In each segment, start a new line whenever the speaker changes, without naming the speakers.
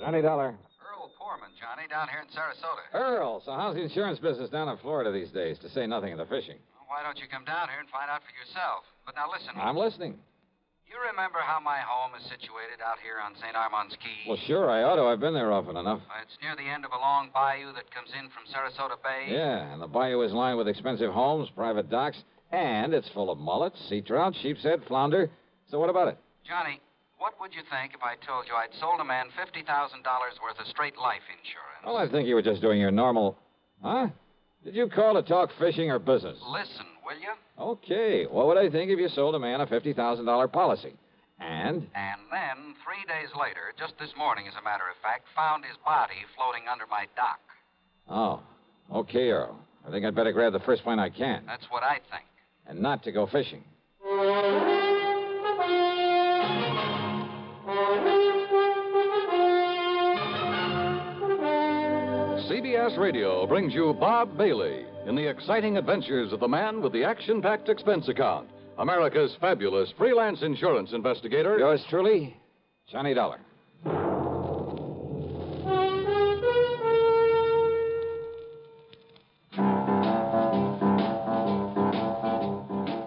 Johnny Dollar.
Earl Poorman, Johnny, down here in Sarasota.
Earl, so how's the insurance business down in Florida these days, to say nothing of the fishing?
Why don't you come down here and find out for yourself? But now listen.
I'm listening.
You remember how my home is situated out here on St. Armand's Key?
Well, sure, I ought to. I've been there often enough.
Uh, It's near the end of a long bayou that comes in from Sarasota Bay.
Yeah, and the bayou is lined with expensive homes, private docks, and it's full of mullets, sea trout, sheep's head, flounder. So what about it?
Johnny, what would you think if I told you I'd sold a man $50,000 worth of straight life insurance?
Well, I think you were just doing your normal. Huh? Did you call to talk fishing or business?
Listen, will you?
Okay. What would I think if you sold a man a $50,000 policy? And?
And then, three days later, just this morning, as a matter of fact, found his body floating under my dock.
Oh, okay, Earl. I think I'd better grab the first plane I can,
That's what I think.
and not to go fishing.
CBS Radio brings you Bob Bailey in the exciting adventures of the man with the action packed expense account, America's fabulous freelance insurance investigator.
Yours truly, Johnny Dollar.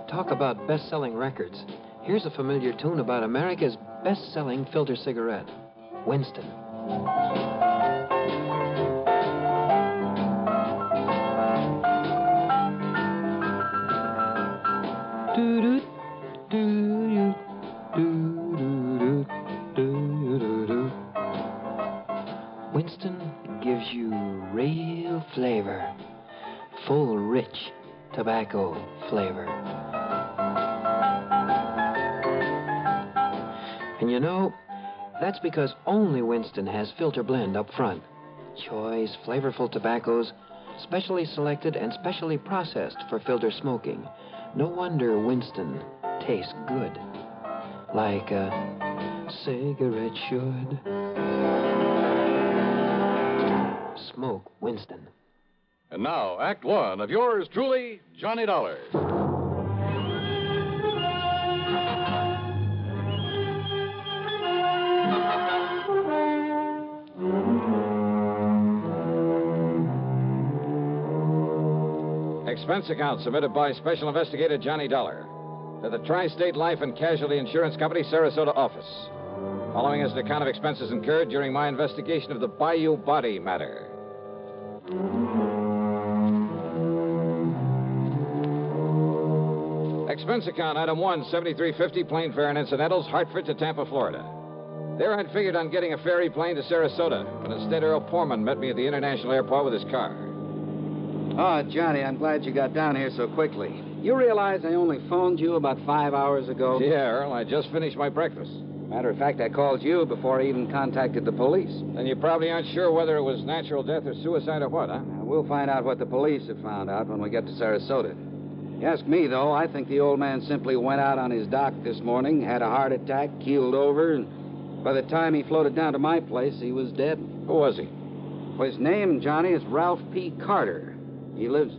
Talk about best selling records. Here's a familiar tune about America's best selling filter cigarette Winston. Doo-doo, doo-doo, doo-doo-doo, doo-doo-doo. Winston gives you real flavor, full, rich tobacco flavor. And you know, that's because only Winston has filter blend up front. Choice, flavorful tobaccos, specially selected and specially processed for filter smoking. No wonder Winston tastes good. Like a cigarette should. Smoke Winston.
And now, Act One of yours truly, Johnny Dollar.
Expense account submitted by Special Investigator Johnny Dollar to the Tri State Life and Casualty Insurance Company Sarasota office. Following is an account of expenses incurred during my investigation of the Bayou Body matter. Expense account item one, 7350, plane fare and incidentals, Hartford to Tampa, Florida. There I'd figured on getting a ferry plane to Sarasota, but instead Earl Poorman met me at the international airport with his car.
Oh, Johnny, I'm glad you got down here so quickly. You realize I only phoned you about five hours ago?
Yeah, Earl, I just finished my breakfast.
Matter of fact, I called you before I even contacted the police.
Then you probably aren't sure whether it was natural death or suicide or what, huh?
Now, we'll find out what the police have found out when we get to Sarasota. You ask me, though, I think the old man simply went out on his dock this morning, had a heart attack, keeled over, and by the time he floated down to my place, he was dead.
Who was he?
Well, his name, Johnny, is Ralph P. Carter. He lives,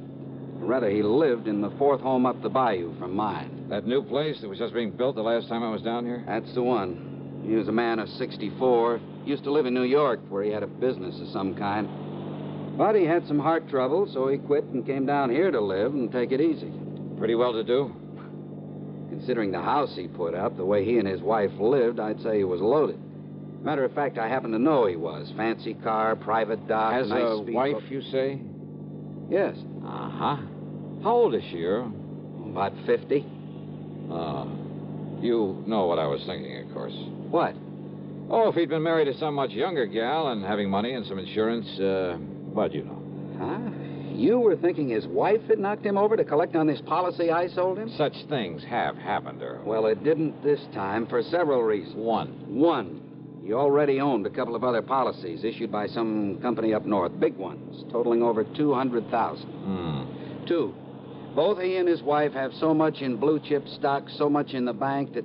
or rather, he lived in the fourth home up the bayou from mine.
That new place that was just being built the last time I was down here?
That's the one. He was a man of 64, used to live in New York where he had a business of some kind. But he had some heart trouble, so he quit and came down here to live and take it easy.
Pretty well to do.
Considering the house he put up, the way he and his wife lived, I'd say he was loaded. Matter of fact, I happen to know he was. Fancy car, private dock,
Has
Ah, nice
a
speedboat.
wife, you say?
Yes,
Uh huh. How old is she, Earl?
about 50.
Uh, you know what I was thinking, of course.
What?
Oh, if he'd been married to some much younger gal and having money and some insurance, uh, but you know.
Huh? You were thinking his wife had knocked him over to collect on this policy I sold him?
Such things have happened, Earl.
Well, it didn't this time for several reasons.
One.
One, he already owned a couple of other policies issued by some company up north, big ones, totaling over 200,000.
Hmm.
Two, both he and his wife have so much in blue chip stock, so much in the bank that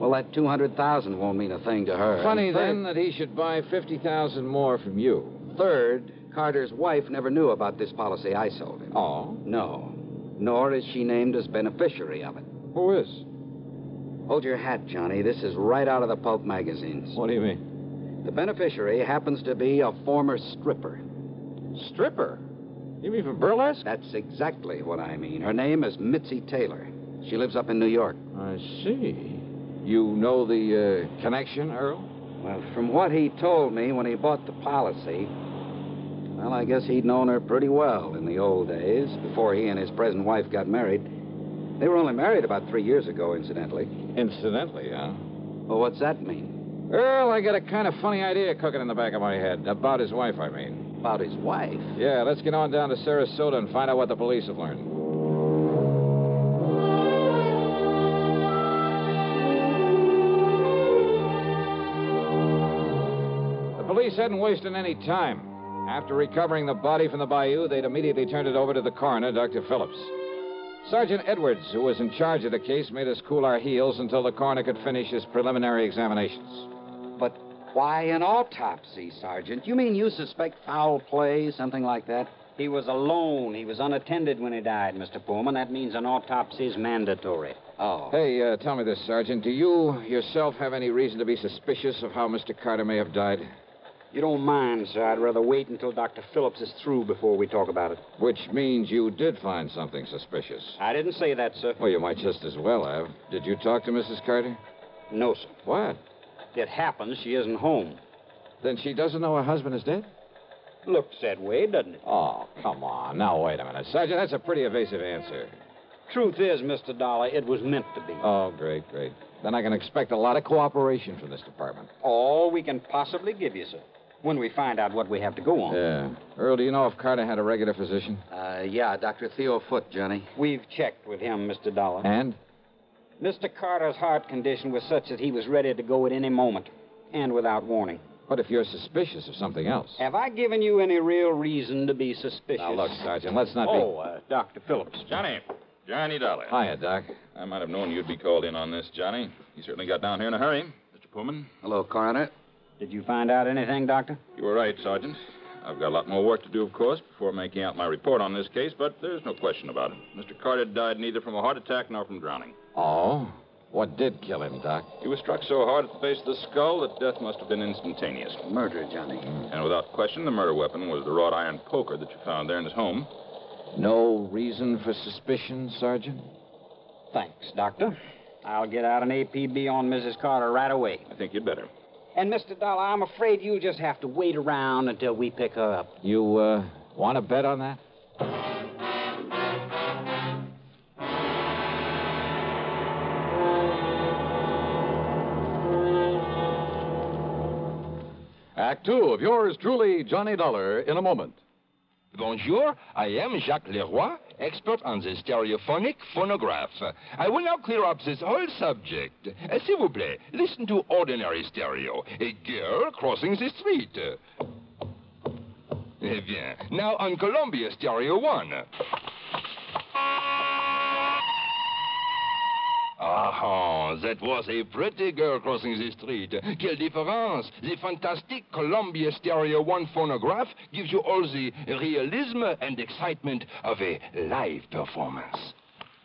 well, that 200,000 won't mean a thing to her.
Funny,
And third-
then, that he should buy 50000 more from you.
Third, Carter's wife never knew about this policy I sold him.
Oh?
No. Nor is she named as beneficiary of it.
Who is?
Hold your hat, Johnny. This is right out of the pulp magazines.
What do you mean?
The beneficiary happens to be a former stripper.
Stripper? You mean from burlesque?
That's exactly what I mean. Her name is Mitzi Taylor. She lives up in New York.
I see. You know the uh, connection, Earl?
Well, from what he told me when he bought the policy, well, I guess he'd known her pretty well in the old days, before he and his present wife got married. They were only married about three years ago, incidentally.
Incidentally, huh?
Well, what's that mean?
Earl, I got a kind of funny idea cooking in the back of my head. About his wife, I mean.
About his wife.
Yeah, let's get on down to Sarasota and find out what the police have learned. The police hadn't wasted any time. After recovering the body from the bayou, they'd immediately turned it over to the coroner, Dr. Phillips. Sergeant Edwards, who was in charge of the case, made us cool our heels until the coroner could finish his preliminary examinations.
But why an autopsy, Sergeant? You mean you suspect foul play, something like that?
He was alone. He was unattended when he died, Mr. Pullman. That means an autopsy is mandatory.
Oh.
Hey, uh, tell me this, Sergeant. Do you yourself have any reason to be suspicious of how Mr. Carter may have died?
You don't mind, sir. I'd rather wait until Dr. Phillips is through before we talk about it.
Which means you did find something suspicious.
I didn't say that, sir.
Well, you might just as well have. Did you talk to Mrs. Carter?
No, sir.
What?
It happens she isn't home.
Then she doesn't know her husband is dead?
Looks that way, doesn't it?
Oh, come on. Now, wait a minute. Sergeant, that's a pretty evasive answer.
Truth is, Mr. Dollar, it was meant to be.
Oh, great, great. Then I can expect a lot of cooperation from this department.
All we can possibly give you, sir. When we find out what we have to go on.
Yeah. Earl, do you know if Carter had a regular physician?
Uh, yeah, Dr. Theo Foote, Johnny.
We've checked with him, Mr. Dollar.
And?
Mr. Carter's heart condition was such that he was ready to go at any moment, and without warning.
What if you're suspicious of something else?
Have I given you any real reason to be suspicious?
Now, look, Sergeant, let's not
Oh, uh, Dr. Phillips.
Johnny. Johnny Dollar.
be. Hiya, Doc.
I might have known you'd be called in on this, Johnny. You certainly got down here in a hurry. Mr. Pullman,
Hello, Coroner.
Did you find out anything, Doctor?
you were right, Sergeant. I've got a lot more work to do, of course, before making out my report on this case, but there's no question about it. Mr. Carter died neither from a heart attack nor from drowning.
Oh? What did kill him, Doc?
He was struck so hard at the base of the skull that death must have been instantaneous.
Murder, Johnny.
And without question, the murder weapon was the wrought iron poker that you found there in his home.
No reason for suspicion, Sergeant?
Thanks, Doctor. I'll get out an APB on Mrs. Carter right away.
I think you'd better.
And, Mr. Dollar, I'm afraid you'll just have to wait around until we pick her up.
You, uh, want to bet on that?
Act two of yours truly, Johnny Dollar, in a moment.
Bonjour, I am Jacques Leroy, expert on the stereophonic phonograph. I will now clear up this whole subject. Uh, S'il vous plaît, listen to ordinary stereo. A girl crossing the street. Eh bien, now on Columbia Stereo 1. Ah, that was a pretty girl crossing the street. Quelle difference! The fantastic Columbia Stereo 1 phonograph gives you all the realism and excitement of a live performance.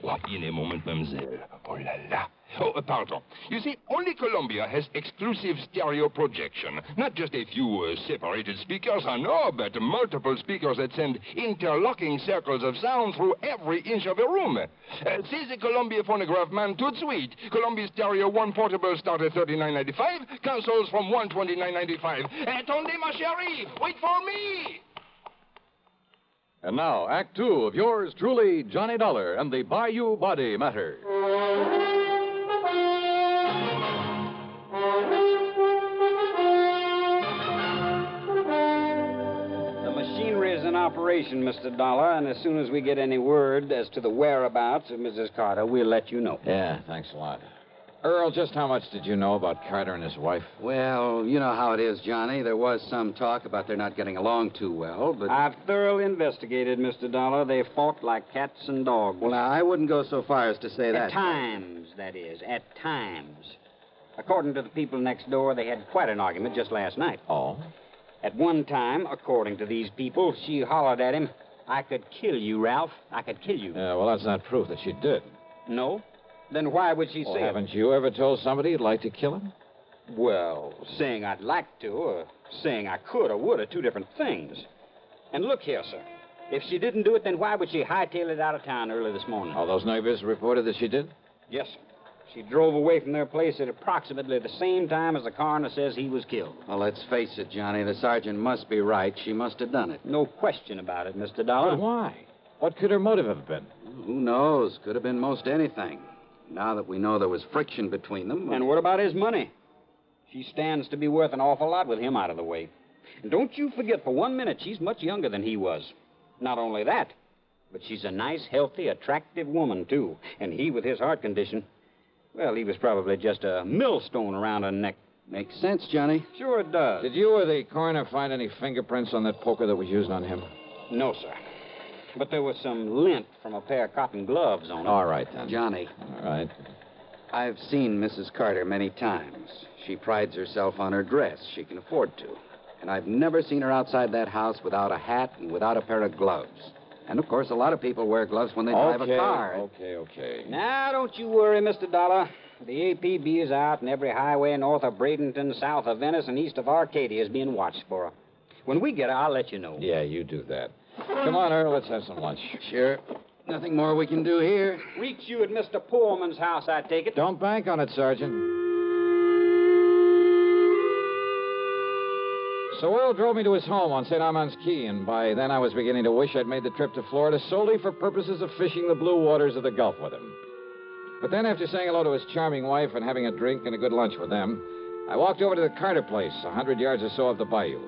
Oh, in a moment, mademoiselle. Oh la la. Oh, uh, pardon. You see, only Columbia has exclusive stereo projection. Not just a few uh, separated speakers, I know, but multiple speakers that send interlocking circles of sound through every inch of a room. Uh, see the Columbia phonograph man tout de suite. Columbia Stereo 1 Portable start at 39.95, consoles from 129.95. Attendez, ma chérie! Uh, Wait for me!
And now, Act Two of yours truly, Johnny Dollar and the Bayou Body Matter.
The machinery is in operation, Mr. Dollar, and as soon as we get any word as to the whereabouts of Mrs. Carter, we'll let you know.
Yeah, thanks a lot. Earl, just how much did you know about Carter and his wife?
Well, you know how it is, Johnny. There was some talk about their not getting along too well, but.
I've thoroughly investigated, Mr. Dollar. They fought like cats and dogs.
Well, now, I wouldn't go so far as to say
at
that.
times, that is, at times. According to the people next door, they had quite an argument just last night.
Oh?
At one time, according to these people, she hollered at him, I could kill you, Ralph. I could kill you.
Yeah, well, that's not proof that she did.
No? Then why would she
Well,
say it?
haven't you ever told somebody you'd like to kill him?
Well, saying I'd like to or saying I could or would are two different things. And look here, sir. If she didn't do it, then why would she hightail it out of town early this morning?
Oh,
All those neighbors reported that she did?
Yes, sir. She drove away from their place at approximately the same time as the coroner says he was killed.
Well, let's face it, Johnny. The sergeant must be right. She must have done it.
No question about it, Mr. Dollar.
why? What could her motive have been?
Who knows? Could have been most anything. Now that we know there was friction between them.
And what about his money? She stands to be worth an awful lot with him out of the way. And don't you forget for one minute she's much younger than he was. Not only that, but she's a nice, healthy, attractive woman, too. And he, with his heart condition, well, he was probably just a millstone around her neck.
Makes sense, Johnny.
Sure it does.
Did you or the coroner find any fingerprints on that poker that was used on him?
No, sir. But there was some lint from a pair of cotton gloves on it.
All right, then.
Johnny,
All right.
I've seen Mrs. Carter many times. She prides herself on her dress. She can afford to. And I've never seen her outside that house without a hat and without a pair of gloves. And of course, a lot of people wear gloves when they drive a car.
okay, okay.
Now, don't you worry, Mr. Dollar. The APB is out, and every highway north of Bradenton, south of Venice, and east of Arcadia is being watched for her. When we get her, I'll let you know.
Yeah, you do that. Come on, Earl, let's have some lunch.
Sure. Nothing more we can do here.
Reach you at Mr. Pullman's house, I take it.
Don't bank on it, Sergeant. So Earl drove me to his home on St. Armand's Key, and by then I was beginning to wish I'd made the trip to Florida solely for purposes of fishing the blue waters of the Gulf with him. But then, after saying hello to his charming wife and having a drink and a good lunch with them, I walked over to the Carter place, a hundred yards or so up the bayou.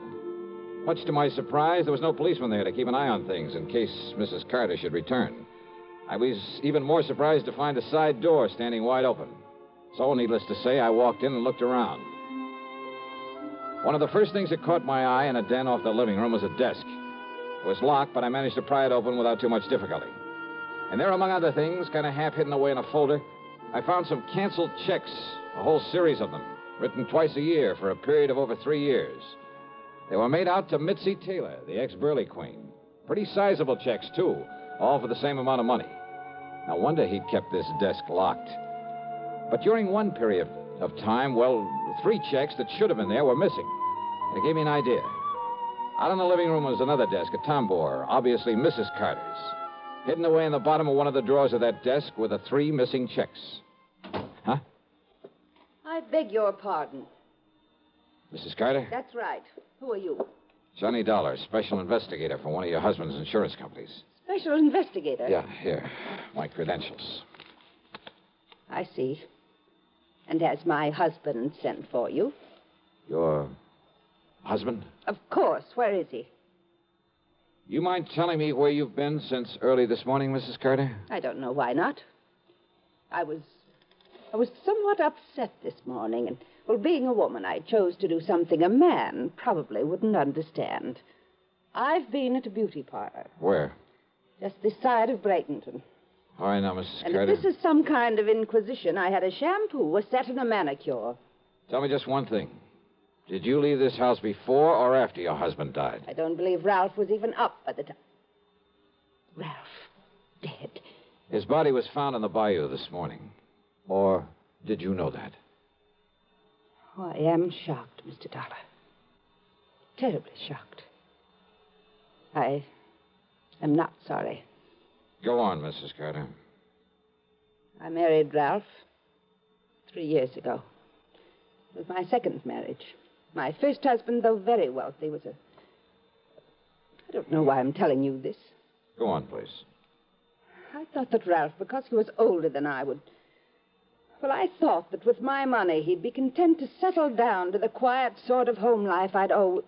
Much to my surprise, there was no policeman there to keep an eye on things in case Mrs. Carter should return. I was even more surprised to find a side door standing wide open. So, needless to say, I walked in and looked around. One of the first things that caught my eye in a den off the living room was a desk. It was locked, but I managed to pry it open without too much difficulty. And there, among other things, kind of half hidden away in a folder, I found some canceled checks, a whole series of them, written twice a year for a period of over three years. They were made out to Mitzi Taylor, the ex Burley Queen. Pretty sizable checks, too, all for the same amount of money. No wonder he'd kept this desk locked. But during one period of time, well, three checks that should have been there were missing. And it gave me an idea. Out in the living room was another desk, a tambour, obviously Mrs. Carter's. Hidden away in the bottom of one of the drawers of that desk were the three missing checks. Huh?
I beg your pardon.
Mrs. Carter?
That's right. Who are you?
Johnny Dollar, special investigator for one of your husband's insurance companies.
Special investigator.
Yeah, here. My credentials.
I see. And has my husband sent for you?
Your husband?
Of course. Where is he?
You mind telling me where you've been since early this morning, Mrs. Carter?
I don't know why not. I was I was somewhat upset this morning and well being a woman I chose to do something a man probably wouldn't understand. I've been at a beauty parlor
Where?
just this side of Bradenton.
All right, now, Mrs.
And if
Carter.
this is some kind of inquisition, I had a shampoo, a set and a manicure.
Tell me just one thing. Did you leave this house before or after your husband died?
I don't believe Ralph was even up by the time. Ralph dead.
His body was found in the bayou this morning. Or did you know that?
Oh, I am shocked, Mr. Dollar. Terribly shocked. I am not sorry.
Go on, Mrs. Carter.
I married Ralph three years ago. It was my second marriage. My first husband, though very wealthy, was a. I don't know why I'm telling you this.
Go on, please.
I thought that Ralph, because he was older than I, would. Well, I thought that with my money he'd be content to settle down to the quiet sort of home life I'd owe.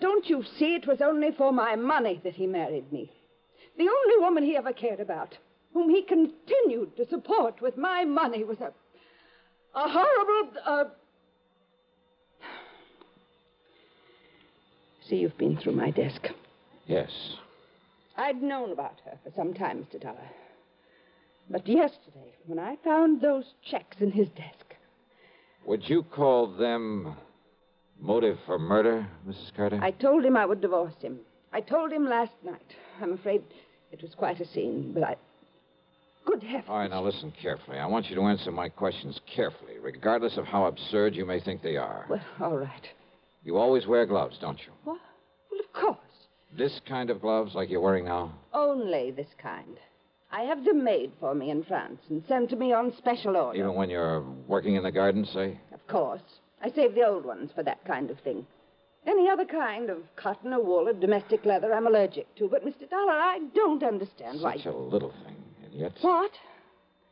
Don't you see, it was only for my money that he married me. The only woman he ever cared about, whom he continued to support with my money, was a. a horrible. Uh... See, you've been through my desk.
Yes.
I'd known about her for some time, Mr. Dollar. But yesterday, when I found those checks in his desk,
Would you call them motive for murder, Mrs. Carter?
I told him I would divorce him. I told him last night. I'm afraid it was quite a scene, but I. Good heavens.
All right, now listen carefully. I want you to answer my questions carefully, regardless of how absurd you may think they are.
Well, all right.
You always wear gloves, don't you?
What? Well, of course.
This kind of gloves, like you're wearing now?
Only this kind. I have them made for me in France and sent to me on special order.
Even when you're working in the garden, say?
Of course. I save the old ones for that kind of thing. Any other kind of cotton or wool or domestic leather I'm allergic to, but Mr. Dollar, I don't understand why.
Such a little thing. And yet.
What?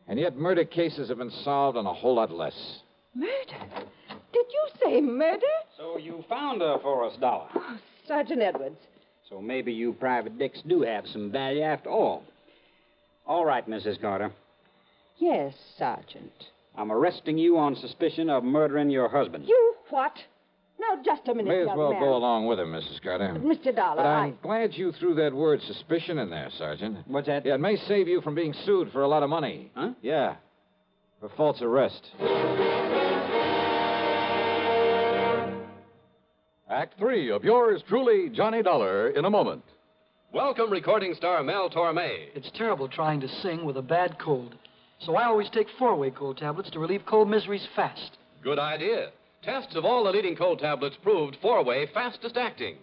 And yet, murder cases have been solved on a whole lot less.
Murder? Did you say murder?
So you found her for us, Dollar.
Oh, Sergeant Edwards.
So maybe you private dicks do have some value after all. All right, Mrs. Carter.
Yes, Sergeant.
I'm arresting you on suspicion of murdering your husband.
You what? Now, just a minute,
May as
young
well
man.
go along with him, Mrs. Carter.
But, Mr. Dollar,
But I'm
I-
glad you threw that word suspicion in there, Sergeant.
What's that?
Yeah, it may save you from being sued for a lot of money.
Huh?
Yeah. For false arrest.
Act three of yours truly, Johnny Dollar, in a moment.
Welcome, recording star Mel Torme.
It's terrible trying to sing with a bad cold. So I always take four way cold tablets to relieve cold miseries fast.
Good idea. Tests of all the leading cold tablets proved four way fastest acting.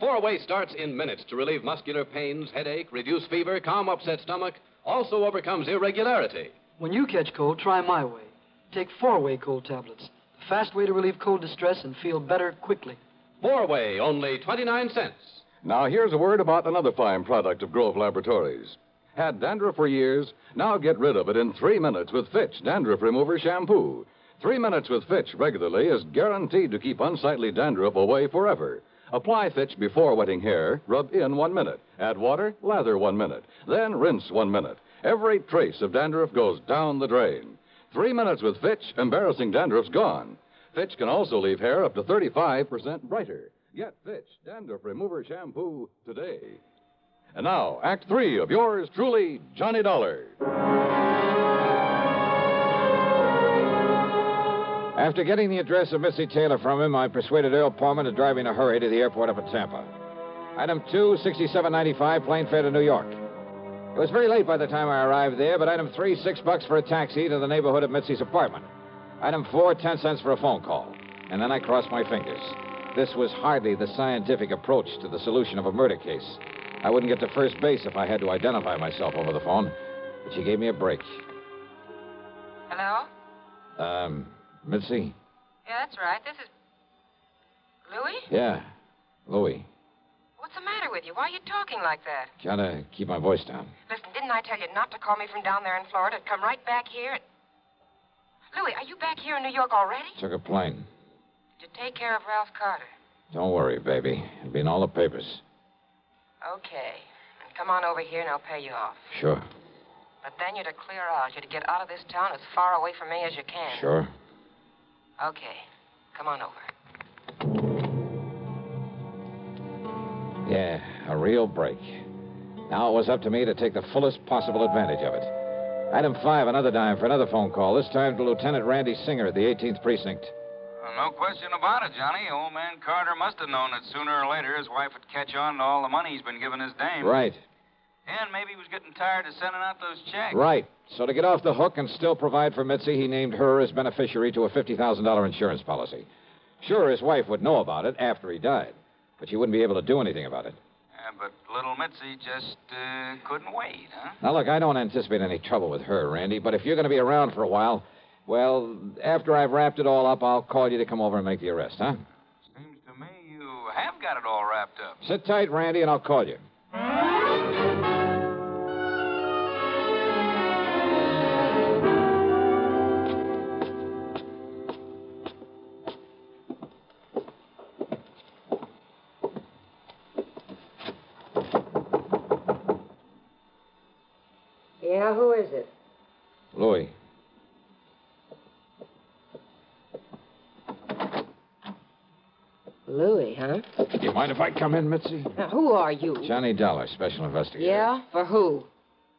Four way starts in minutes to relieve muscular pains, headache, reduce fever, calm upset stomach, also overcomes irregularity.
When you catch cold, try my way. Take four way cold tablets, the fast way to relieve cold distress and feel better quickly.
Four way, only 29 cents.
Now, here's a word about another fine product of Grove Laboratories. Had dandruff for years? Now get rid of it in three minutes with Fitch Dandruff Remover Shampoo. Three minutes with Fitch regularly is guaranteed to keep unsightly dandruff away forever. Apply Fitch before wetting hair, rub in one minute, add water, lather one minute, then rinse one minute. Every trace of dandruff goes down the drain. Three minutes with Fitch, embarrassing dandruff's gone. Fitch can also leave hair up to 35% brighter. Get Fitch Dandruff Remover Shampoo today. And now, Act Three of yours truly, Johnny Dollar.
After getting the address of Missy Taylor from him, I persuaded Earl Palmer to drive me in a hurry to the airport up in Tampa. Item 2, 6795, plane fare to New York. It was very late by the time I arrived there, but item 3, 6 bucks for a taxi to the neighborhood of Mitzi's apartment. Item 4, 10 cents for a phone call. And then I crossed my fingers. This was hardly the scientific approach to the solution of a murder case. I wouldn't get to first base if I had to identify myself over the phone, but she gave me a break.
Hello?
Um, Mitzi?
Yeah, that's right. This is. Louis?
Yeah, Louie.
What's the matter with you? Why are you talking like that?
Gotta keep my voice down.
Listen, didn't I tell you not to call me from down there in Florida? Come right back here and. Louis, are you back here in New York already?
Took a plane.
Did you take care of Ralph Carter?
Don't worry, baby. It'll be in all the papers.
Okay. And come on over here and I'll pay you off.
Sure,
But then you're to clear out. You're to get out of this town as far away from me as you can.
sure.
Okay. Come on over.
Yeah, a real break. Now it was up to me to take the fullest possible advantage of it. Item five, another dime for another phone call, this time to Lieutenant Randy Singer at the 18th Precinct.
Well, no question about it, Johnny. Old man Carter must have known that sooner or later his wife would catch on to all the money he's been giving his dame.
Right,
And maybe he was getting tired of sending out those checks.
right. So to get off the hook and still provide for Mitzi, he named her as beneficiary to a $50,000 insurance policy. Sure, his wife would know about it after he died, but she wouldn't be able to do anything about it.
Yeah, Uh, but little Mitzi just uh, couldn't wait, huh?
Now, look, I don't anticipate any trouble with her, Randy, but if you're going to be around for a while, well, after I've wrapped it all up, I'll call you to come over and make the arrest, huh?
Seems to me you have got it all wrapped up.
Sit tight, Randy, and I'll call you.
Yeah, who is it?
Louis.
Louis, huh?
You mind if I come in, Mitzi?
Now, who are you?
Johnny Dollar, special investigator.
Yeah? For who?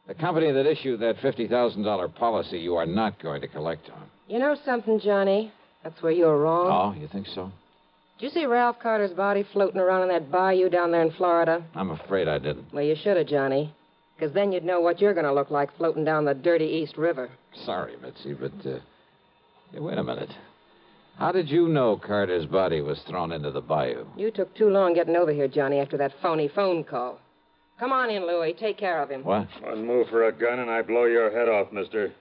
The company that issued that $50,000 policy you are not going to collect on.
You know something, Johnny? That's where you're wrong.
Oh, you think so?
Did you see Ralph Carter's body floating around in that bayou down there in Florida?
I'm afraid I didn't.
Well, you should have, Johnny. Because then you'd know what you're going to look like floating down the dirty East River.
Sorry, Mitzi, but. Uh, hey, wait a minute. How did you know Carter's body was thrown into the bayou?
You took too long getting over here, Johnny, after that phony phone call. Come on in, Louie. Take care of him.
What?
One move for a gun, and I blow your head off, mister.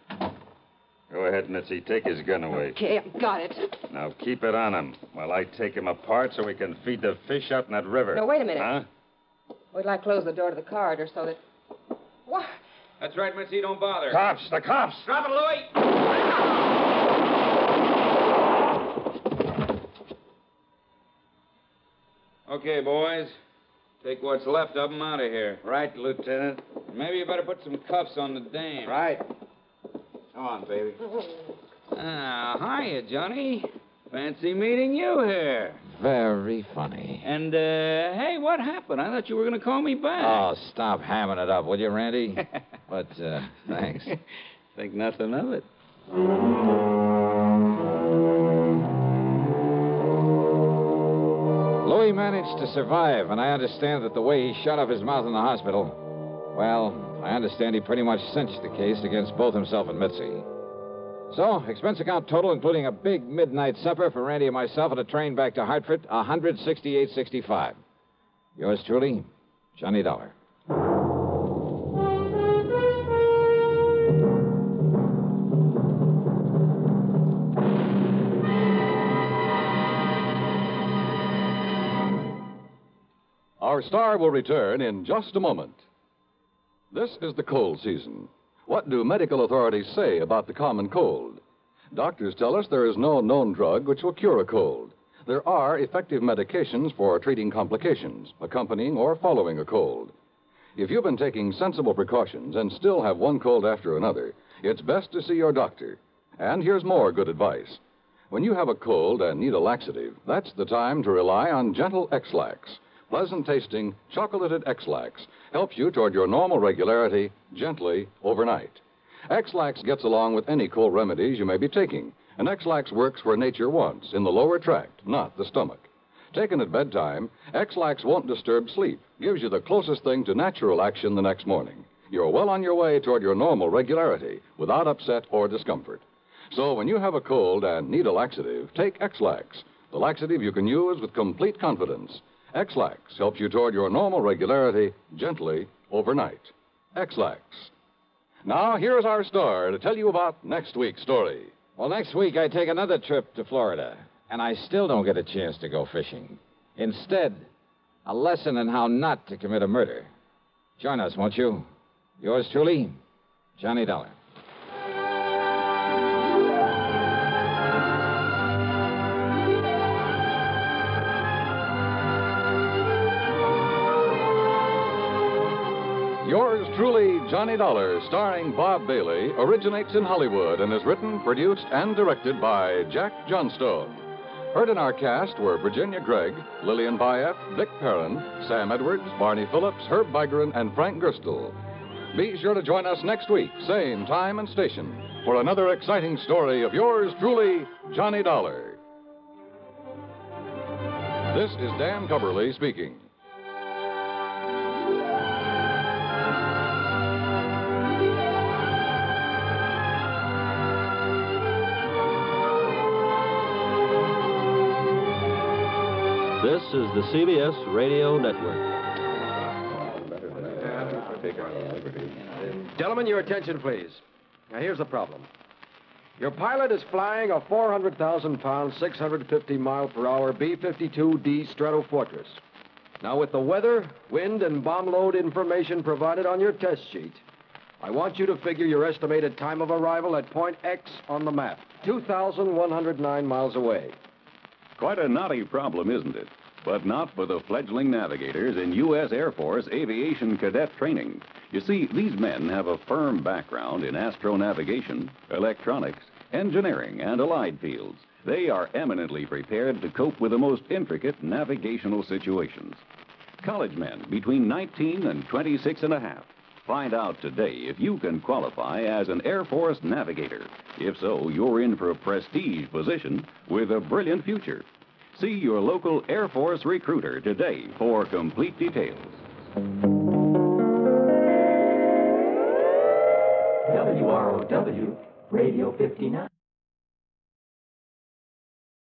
Go ahead, Mitzi. Take his gun away.
Okay, I've got it.
Now keep it on him while I take him apart so we can feed the fish out in that river.
No, wait a minute.
Huh?
We'd like to close the door to the corridor so that. What?
That's right, Mitzi. Don't bother.
Cops, the cops!
Drop it, Louie! Okay, boys. Take what's left of 'em out of here.
Right, Lieutenant.
Maybe you better put some cuffs on the dame.
Right. Come on, baby.
Ah, hiya, Johnny. Fancy meeting you here.
Very funny.
And, uh, hey, what happened? I thought you were going to call me back.
Oh, stop hamming it up, will you, Randy? but, uh, thanks.
Think nothing of it.
Louis managed to survive, and I understand that the way he shut up his mouth in the hospital, well, I understand he pretty much cinched the case against both himself and Mitzi. So, expense account total, including a big midnight supper for Randy and myself and a train back to Hartford, 168.65. Yours truly, Johnny Dollar.
Our star will return in just a moment. This is the cold season. What do medical authorities say about the common cold? Doctors tell us there is no known drug which will cure a cold. There are effective medications for treating complications, accompanying or following a cold. If you've been taking sensible precautions and still have one cold after another, it's best to see your doctor. And here's more good advice. When you have a cold and need a laxative, that's the time to rely on gentle X-Lax. Pleasant tasting, chocolated X-Lax helps you toward your normal regularity gently overnight. X-Lax gets along with any cold remedies you may be taking, and X-Lax works where nature wants, in the lower tract, not the stomach. Taken at bedtime, X-Lax won't disturb sleep, gives you the closest thing to natural action the next morning. You're well on your way toward your normal regularity without upset or discomfort. So when you have a cold and need a laxative, take X-Lax, the laxative you can use with complete confidence. X-Lax helps you toward your normal regularity gently overnight. X-Lax. Now, here's our star to tell you about next week's story.
Well, next week I take another trip to Florida, and I still don't get a chance to go fishing. Instead, a lesson in how not to commit a murder. Join us, won't you? Yours truly, Johnny Dollar.
Yours truly, Johnny Dollar, starring Bob Bailey, originates in Hollywood and is written, produced, and directed by Jack Johnstone. Heard in our cast were Virginia Gregg, Lillian Bayef, Dick Perrin, Sam Edwards, Barney Phillips, Herb Bigeron, and Frank Gerstel. Be sure to join us next week, same time and station, for another exciting story of yours truly, Johnny Dollar. This is Dan Coverly speaking.
This is the CBS Radio Network.
Gentlemen, your attention, please. Now, here's the problem. Your pilot is flying a 400,000 pound, 650 mile per hour B 52D Strato Fortress. Now, with the weather, wind, and bomb load information provided on your test sheet, I want you to figure your estimated time of arrival at point X on the map, 2,109 miles away.
Quite a knotty problem, isn't it? But not for the fledgling navigators in U.S. Air Force aviation cadet training. You see, these men have a firm background in astronavigation, electronics, engineering, and allied fields. They are eminently prepared to cope with the most intricate navigational situations. College men between 19 and 26 and a half. Find out today if you can qualify as an Air Force navigator. If so, you're in for a prestige position with a brilliant future. See your local Air Force recruiter today for complete details.
WROW, Radio 59.